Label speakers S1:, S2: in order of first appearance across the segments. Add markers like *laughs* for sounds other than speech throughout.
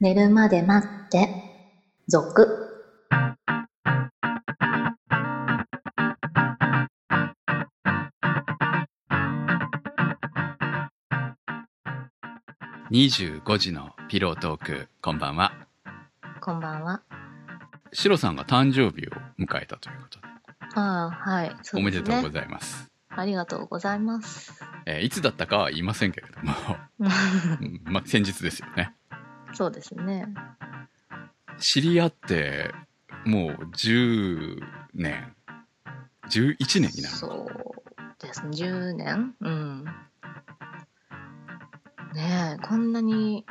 S1: 寝るまで待って、続。
S2: 25時のピロートークこんばんは
S1: こんばんは。
S2: シロさんが誕生日を迎えたということで
S1: ああ、はい。そ
S2: おめでとうご
S1: すね。
S2: ざいます、
S1: ありがとうございます。
S2: えーいつだったかは言いませんけれども、うんま *laughs* あ、先日ですよね
S1: そうですね。
S2: 知り合ってもう10年11年になるの
S1: そうですね。10年うん。ねえ、こんなに、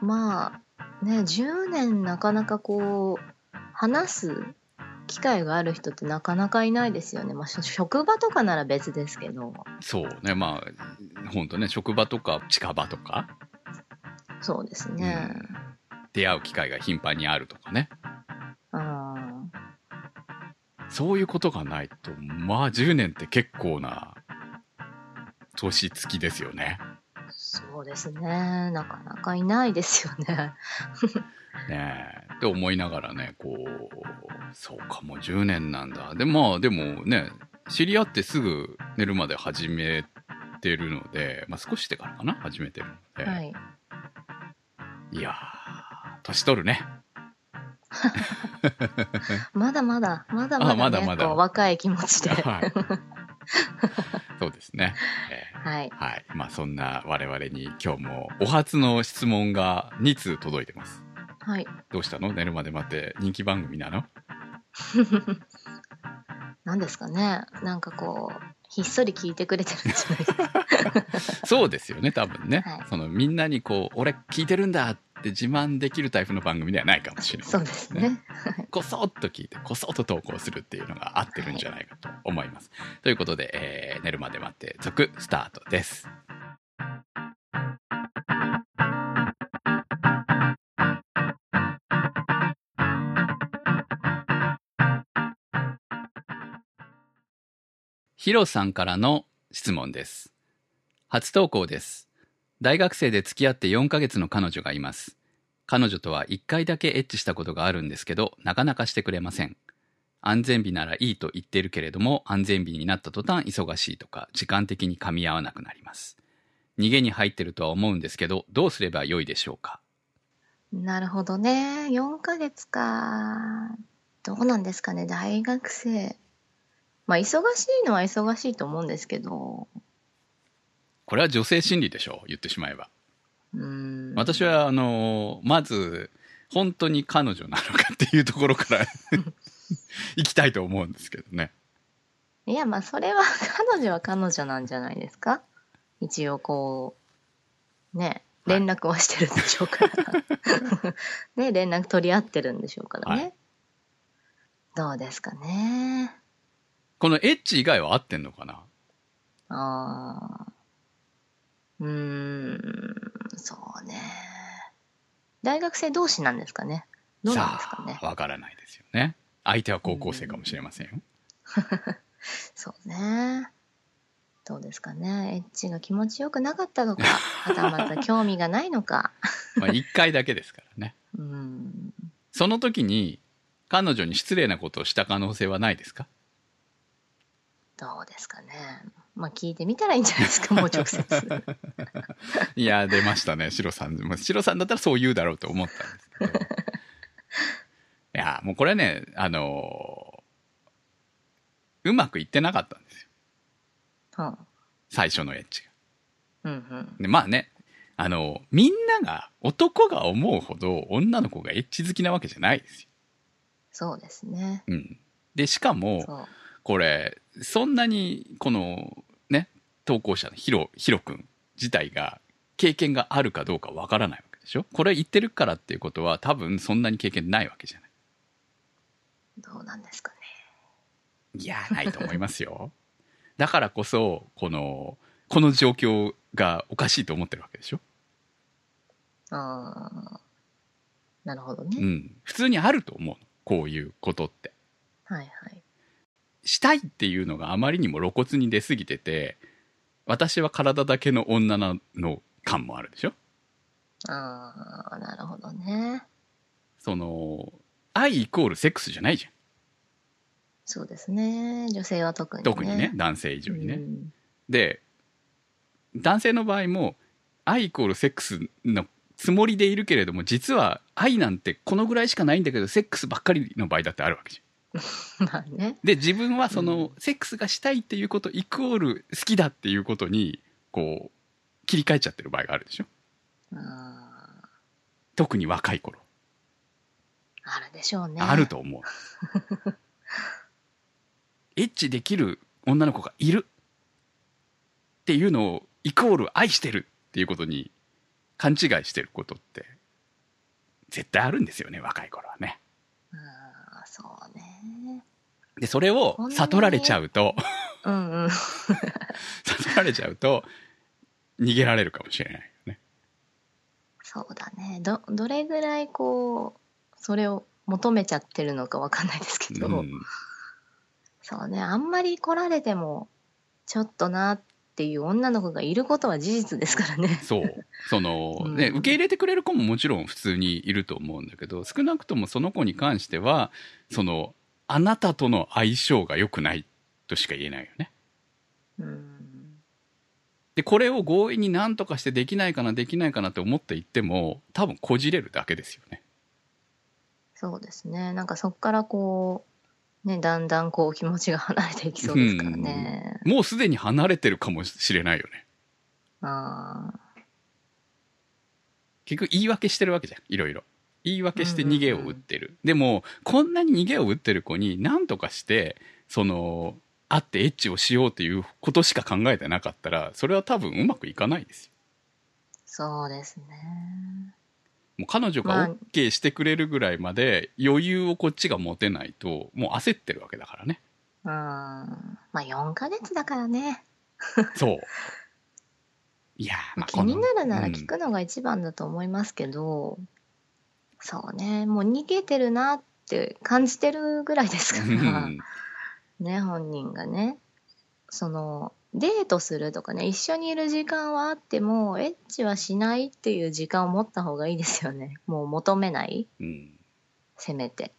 S1: まあ、ねえ、10年なかなかこう、話す機会がある人ってなかなかいないですよね。まあ、しょ職場とかなら別ですけど、
S2: そうねまあ本当ね職場とか近場とか
S1: そうですね。
S2: 出会う機会が頻繁にあるとかね
S1: うん。
S2: そういうことがないとまあ10年って結構な年月ですよね。
S1: そうですね。なかなかいないですよね。
S2: ねえって思いながらねこうそうかもう10年なんだでまあでもね知り合ってすぐ寝るまで始めてるので、まあ、少ししてからかな始めてるので、、
S1: はいい。
S2: やー年取るね
S1: まだまだ、まだ
S2: あま
S1: まだ、
S2: だ
S1: ね、
S2: まだ
S1: こう若い気持ちで。
S2: はいそうですね、え
S1: はい
S2: ー。はいまあそんな我々に今日もお初の質問が2通届いてます
S1: はい。
S2: どうしたの寝るまで待って人気番組なの
S1: なんですかねなんかこうひっそり聞いてくれてるんじゃないです
S2: *laughs*
S1: か *laughs*
S2: そうですよね多分ね、
S1: はい
S2: そのみんなにこう俺聞いてるんだって自慢できるタイプの番組ではないかもしれない
S1: そうですね
S2: こそっと聞いてこそっと投稿するっていうのが合ってるんじゃないかと思います、ということで、えー寝るまで待って続スタートですヒロさんからの質問です初投稿です大学生で付き合って4ヶ月の彼女がいます彼女とは一回だけエッチしたことがあるんですけど、なかなかしてくれません。安全日ならいいと言ってるけれども、安全日になった途端忙しいとか、時間的に噛み合わなくなります。逃げに入ってるとは思うんですけど、どうすればよいでしょうか
S1: なるほどね4ヶ月かどうなんですかね大学生まあ忙しいのは忙しいと思うんですけど
S2: これは女性心理でしょう、言ってしまえば。
S1: うーん
S2: 私は、あのーまず、本当に彼女なのかっていうところから、 *laughs* 行きたいと思うんですけどね。
S1: いやまあそれは *laughs* 彼女は彼女なんじゃないですか一応こうね
S2: はい
S1: 連絡はしてるんでしょうから、 *laughs* ね連絡取り合ってるんでしょうからね、
S2: は
S1: どうですかね
S2: このエッチ以外は合ってんのかな
S1: ああ。うーん、そうね。大学生同士なんですかね。どうなんですかね
S2: さ。あわからないですよね。相手は高校生かもしれませんよ。
S1: そうね。どうですかね。エッチが気持ちよくなかったのか、はたまた興味がないのか。
S2: まあ、1回だけですからね。
S1: うーん。
S2: その時に、彼女に失礼なことをした可能性はないですか
S1: どうですかね。まあ聞いてみたらいいんじゃないですか、もう直接。
S2: いや、出ましたね、シロさん。まあシロさんだったらそう言うだろうと思ったんですけど。いや、もうこれね、あのーうまくいってなかったんですよ。
S1: うん。
S2: 最初のエッチが。
S1: うんうん。
S2: でまあね、あのーみんなが、男が思うほど女の子がエッチ好きなわけじゃないですよ。
S1: そうですね。
S2: うん。で、しかも、
S1: そう。
S2: これそんなにこのね投稿者のヒロヒロ君自体が経験があるかどうかわからないわけでしょこれ言ってるからっていうことは多分そんなに経験ないわけじゃない
S1: どうなんですかね。
S2: いやーないと思いますよ *laughs* だからこそこのこの状況がおかしいと思ってるわけでしょ、
S1: うーん。なるほど
S2: う
S1: ね。
S2: ん、普通にあると思うのこういうことって
S1: はいはい。
S2: したいっていうのがあまりにも露骨に出すぎてて私は体だけの女なの感もあるでしょ
S1: ああ、なるほどね。
S2: その愛イコールセックスじゃないじゃん
S1: そうですね女性は特にね
S2: 特にね男性以上にね、
S1: うん *laughs*
S2: で男性の場合も愛イコールセックスのつもりでいるけれども実は愛なんてこのぐらいしかないんだけどセックスばっかりの場合だってあるわけじゃん
S1: まあね
S2: で自分はその、
S1: うん
S2: セックスがしたいっていうことイコール好きだっていうことにこう切り替えちゃってる場合があるでしょ
S1: あ
S2: 特に若い頃、
S1: ーあるでしょうね
S2: あると思う
S1: *laughs*
S2: エッチできる女の子がいるっていうのをイコール愛してるっていうことに勘違いしてることって絶対あるんですよね若い頃はね
S1: あーそうね
S2: でそれを
S1: こんなに
S2: 悟られちゃうと *laughs*
S1: うんうん
S2: 悟られちゃうと逃げられるかもしれないよね
S1: そうだねどどれぐらいこうそれを求めちゃってるのかわかんないですけど、
S2: うん、
S1: そうねあんまり来られてもちょっとなっていう女の子がいることは事実ですからね
S2: *laughs* そうその、
S1: うん
S2: ね受け入れてくれる子ももちろん普通にいると思うんだけど少なくともその子に関してはそのあなたとの相性が良くないとしか言えないよね。
S1: うん
S2: でこれを強引に何とかしてできないかなできないかなって思っていっても多分こじれるだけですよね。
S1: そうですねなんかそこからこうねだんだんこう気持ちが離れていきそうですからね、
S2: もうすでに離れてるかもしれないよね。
S1: あ
S2: 結局言い訳してるわけじゃんいろいろ。言い訳して逃げを打ってる。でもこんなに逃げを打ってる子に何とかしてその会ってエッチをしようっていうことしか考えてなかったらそれは多分うまくいかないですよ。
S1: ーそうですね
S2: もう彼女
S1: ま
S2: が
S1: あ
S2: OK してくれるぐらいまで余裕をこっちが持てないともう焦ってるわけだからね。
S1: *laughs* うんまあ4ヶ月だからね
S2: そう。いやー、まあ、
S1: 気になるなら聞
S2: うん
S1: くのが一番だと思いますけど、そうねもう逃げてるなって感じてるぐらいですから、
S2: うん
S1: ね本人がねそのデートするとかね一緒にいる時間はあってもエッチはしないっていう時間を持った方がいいですよねもう求めない
S2: うん
S1: せめて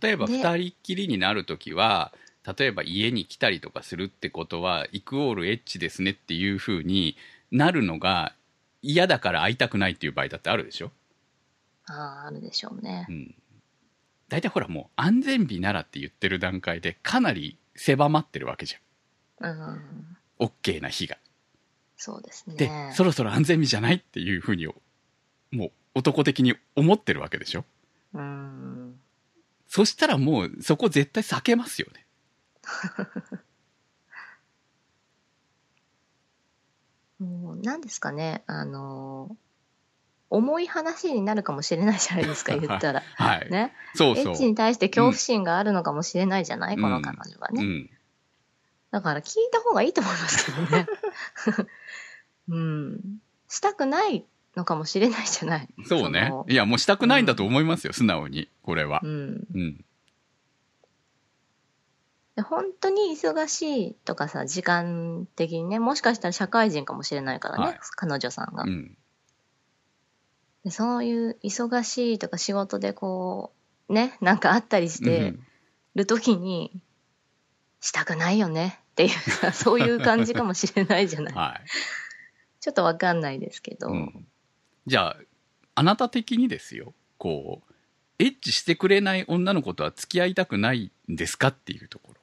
S2: 例えば
S1: で
S2: 2人っきりになる時は例えば家に来たりとかするってことはイクオールエッチですねっていう風になるのが嫌だから会いたくないっていう場合だってあるでしょ、
S1: あーあるでしょうね
S2: うん、大体ほらもう安全日ならって言ってる段階でかなり狭まってるわけじ
S1: うん
S2: ゃん OK な日が。
S1: そうです
S2: で、
S1: ね
S2: そろそろ安全日じゃないっていう風にもう男的に思ってるわけでしょ
S1: うん
S2: そしたらもうそこ絶対避けますよね。
S1: もう何ですかねあのー重い話になるかもしれないじゃない
S2: *laughs*
S1: ですか言ったら
S2: はい。
S1: ね
S2: そうそ
S1: エッ
S2: う。
S1: チに対して恐怖心があるのかもしれないじゃない、
S2: うん
S1: この彼女がね、
S2: うん。
S1: だから聞いた方がいいと思いますけど
S2: *laughs*
S1: ね。うん。したくないのかもしれないじゃない。
S2: そうね
S1: の。
S2: いや、もうしたくないんだと思いますよ、素直に、これは
S1: う。ん。
S2: うん。
S1: で本当に忙しいとかさ、時間的にね、もしかしたら社会人かもしれないからね、
S2: はい
S1: 彼女さんが、
S2: うん。
S1: で。そういう忙しいとか仕事でこう、ね、なんかあったりし
S2: う
S1: て
S2: ん
S1: る時に、したくないよねっていう
S2: *laughs*
S1: さ、そういう感じかもしれないじゃない。
S2: はい。
S1: ちょっとわかんないですけど。
S2: うんじゃあ、あなた的にですよ、こう、エッチしてくれない女の子とは付き合いたくないんですかっていうとこ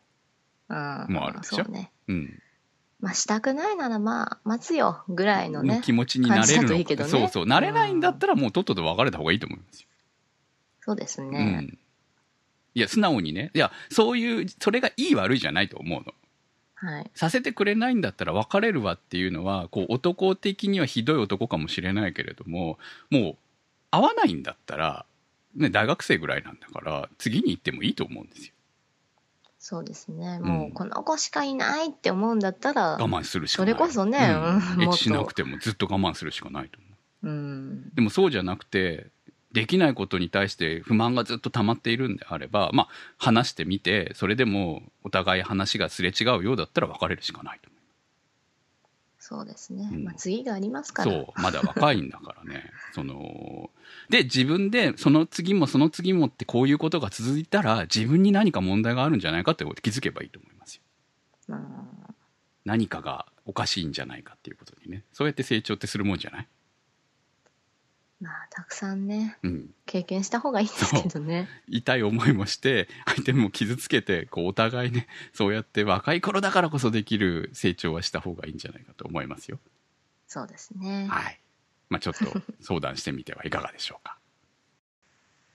S1: うん。
S2: もあるでしょ
S1: そうね。
S2: ろ。うん。
S1: まあ、したくないならまあ待つよぐらいのね
S2: の気持ちになれ
S1: 感
S2: る
S1: じだとい
S2: の
S1: いけどね
S2: そうそう。なれないんだったらもうとっとと別れた方がいいと思いますよ。
S1: そうです
S2: う
S1: ね、
S2: ん。いや、素直にね。いや、そういう、それがいい悪いじゃないと思うの。
S1: はい
S2: させてくれないんだったら別れるわっていうのはこう男的にはひどい男かもしれないけれどももう会わないんだったら、ね、大学生ぐらいなんだから次に行ってもいいと思うんですよ
S1: そうですね
S2: うん
S1: もうこの子しかいないって思うんだったら
S2: 我慢するしかない
S1: それこそね
S2: うん
S1: うん
S2: エッ
S1: もっと
S2: チしなくてもずっと我慢するしかないと思
S1: うん
S2: うでもそうじゃなくてできないことに対して不満がずっと溜まっているんであればまあ話してみてそれでもお互い話がすれ違うようだったら別れるしかないと思う
S1: そうですね、
S2: うん
S1: まあ、次がありますから
S2: そう、まだ若いんだからね。 *laughs* その、で、自分で、その次もその次もってこういうことが続いたら、自分に何か問題があるんじゃないかって気づけばいいと思いますよ。
S1: うん
S2: 何かがおかしいんじゃないかっていうことにね。そうやって成長ってするもんじゃない
S1: まあたくさんね
S2: うん。
S1: 経験した方がいいですけどね
S2: 痛い思いもして、相手も傷つけて、こう、お互いね、そうやって若い頃だからこそできる成長はした方がいいんじゃないかと思いますよ。
S1: そうですね
S2: はい。まあちょっと相談してみてはいかがでしょうか。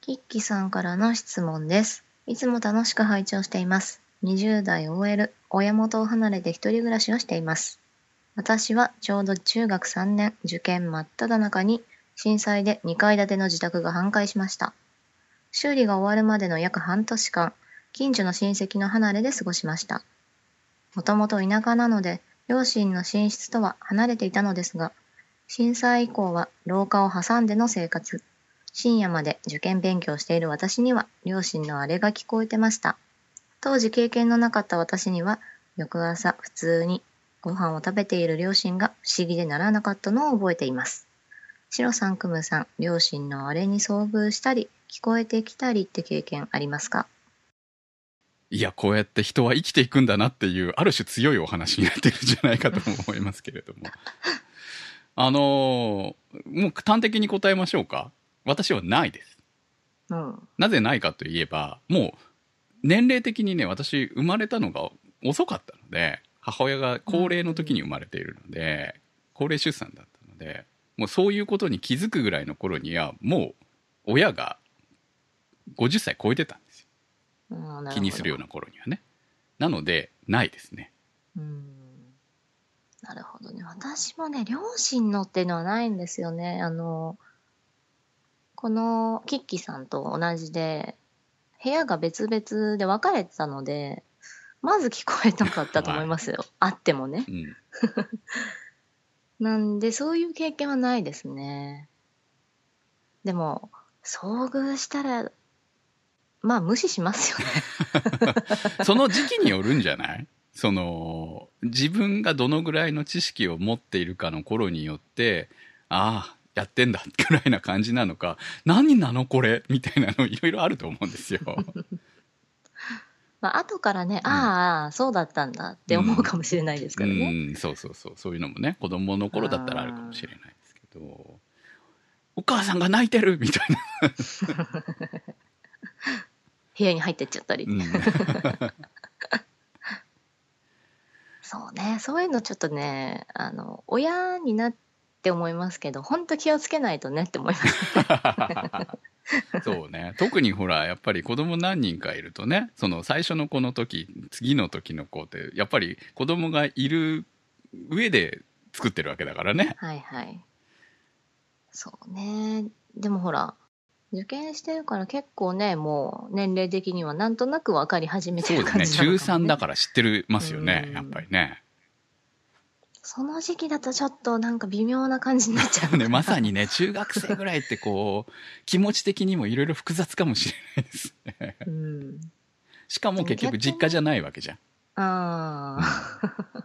S1: キッキさんからの質問です。いつも楽しく拝聴しています。20代 OL、親元を離れて一人暮らしをしています。私はちょうど中学3年、受験真っ只中に震災で2階建ての自宅が半壊しました。修理が終わるまでの約半年間、近所の親戚の離れで過ごしました。もともと田舎なので、両親の寝室とは離れていたのですが、震災以降は廊下を挟んでの生活。深夜まで受験勉強している私には両親のあれが聞こえてました当時経験のなかった私には翌朝普通にご飯を食べている両親が不思議でならなかったのを覚えていますシロさんクムさん両親のあれに遭遇したり聞こえてきたりって経験ありますか
S2: いや、こうやって人は生きていくんだなっていう、ある種強いお話になってるんじゃないかと思いますけれども。 *laughs* あのーもう端的に答えましょうか。私はないです。
S1: うん
S2: なぜないかといえば、もう、年齢的にね、私、生まれたのが遅かったので、母親が高齢の時に生まれているので、高齢出産だったので、もうそういうことに気づくぐらいの頃には、もう、親が50歳超えてたんです
S1: う
S2: よ。
S1: んなほど
S2: 気にするような頃にはねなのでないですね
S1: うんなるほどね。私もね、両親のっていうのはないんですよね。あの、このキッキさんと同じで、部屋が別々で分かれてたので、まず聞こえなかったと思います
S2: *laughs*
S1: よ。あってもね。
S2: うん
S1: なんで、そういう経験はないですね。でも、遭遇したら、まあ無視しますよね。
S2: *laughs* その時期によるんじゃない *laughs* その自分がどのぐらいの知識を持っているかの頃によってああやってんだ *laughs* ぐらいな感じなのか何なのこれみたいなのいろいろあると思うんで
S1: *laughs*
S2: すよ
S1: まあ後からね、
S2: うん
S1: ああ、そうだったんだって思うかもしれないです
S2: う
S1: からね。
S2: んそうそうそうそういうのもね子供の頃だったらあるかもしれないですけどお母さんが泣いてるみたいな
S1: 部屋に入ってっちゃったり、
S2: うん
S1: そうねそういうのちょっとねあの親になって思いますけど本当気をつけないとねって思い
S2: *laughs*
S1: ます
S2: そうね特にほらやっぱり子供何人かいるとねその最初の子の時次の時の子ってやっぱり子供がいる上で作ってるわけだからね
S1: はいはいそうねでもほら受験してるから結構ねもう年齢的にはなんとなく分かり始めて
S2: そう
S1: る
S2: ですね
S1: 感じなのかも
S2: 13
S1: ね
S2: だから知ってるますよね
S1: うん
S2: やっぱりね
S1: その時期だとちょっとなんか微妙な感じになっちゃう
S2: ねまさにね中学生ぐらいってこう気持ち的にもいろいろ複雑かもしれないですね
S1: うん
S2: しかも結局実家じゃないわけじゃん
S1: あー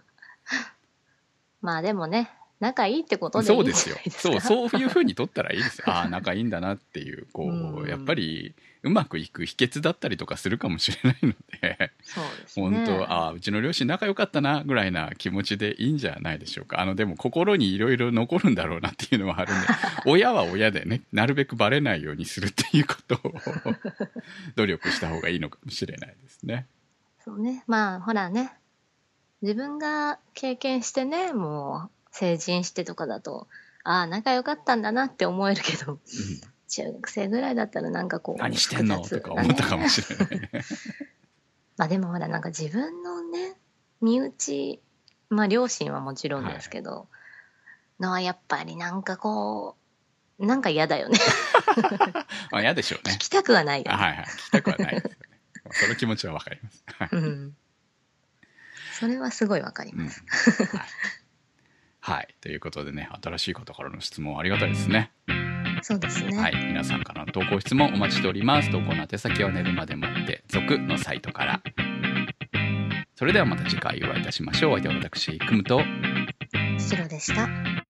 S1: *laughs* まあでもね仲いいってことでい
S2: そ
S1: い
S2: うん
S1: じ
S2: で
S1: ゃ
S2: すよ
S1: ないですか
S2: そうそういうふうに取ったらいいですよああ仲いいんだなっていうこ
S1: う
S2: う、
S1: ん
S2: やっぱりうまくいく秘訣だったりとかするかもしれないの
S1: *laughs*
S2: で
S1: そうですね
S2: 本当、ああうちの両親仲良かったなぐらいな気持ちでいいんじゃないでしょうかあのでも心にいろいろ残るんだろうなっていうのはあるん
S1: *laughs*
S2: で親は親でねなるべくバレないようにするっていうことを *laughs* 努力した方がいいのかもしれないで
S1: *laughs*
S2: すね。
S1: そうね。まあ、ほらね。自分が経験してね、もう成人してとかだと、ああ、仲良かったんだなって思えるけど、中学生ぐらいだったらなんかこう、
S2: 何してんの
S1: 複雑
S2: とか
S1: な
S2: 思ったか
S1: ね。
S2: もしれない。
S1: まあでもほら、なんか自分のね、身内、まあ両親はもちろんですけど、のはやっぱりなんかこう、なんか嫌だよね。
S2: まあ嫌でしょうね
S1: 聞。きたくはないよ
S2: あ
S1: ね。
S2: はいはい。聞きたくはないですよね。その気持ちはわかります。はい
S1: うん。それはすごいわかり
S2: うん
S1: ま
S2: はい
S1: す。
S2: はい。ということでね、新しい方からの質問ありがたいですね。
S1: そうですね。
S2: はい。皆さんからの投稿質問お待ちしております。投稿の宛先は寝るまで待って、続のサイトから。それではまた次回お会いいたしましょう。お相手は私、くむと。
S1: シロでした。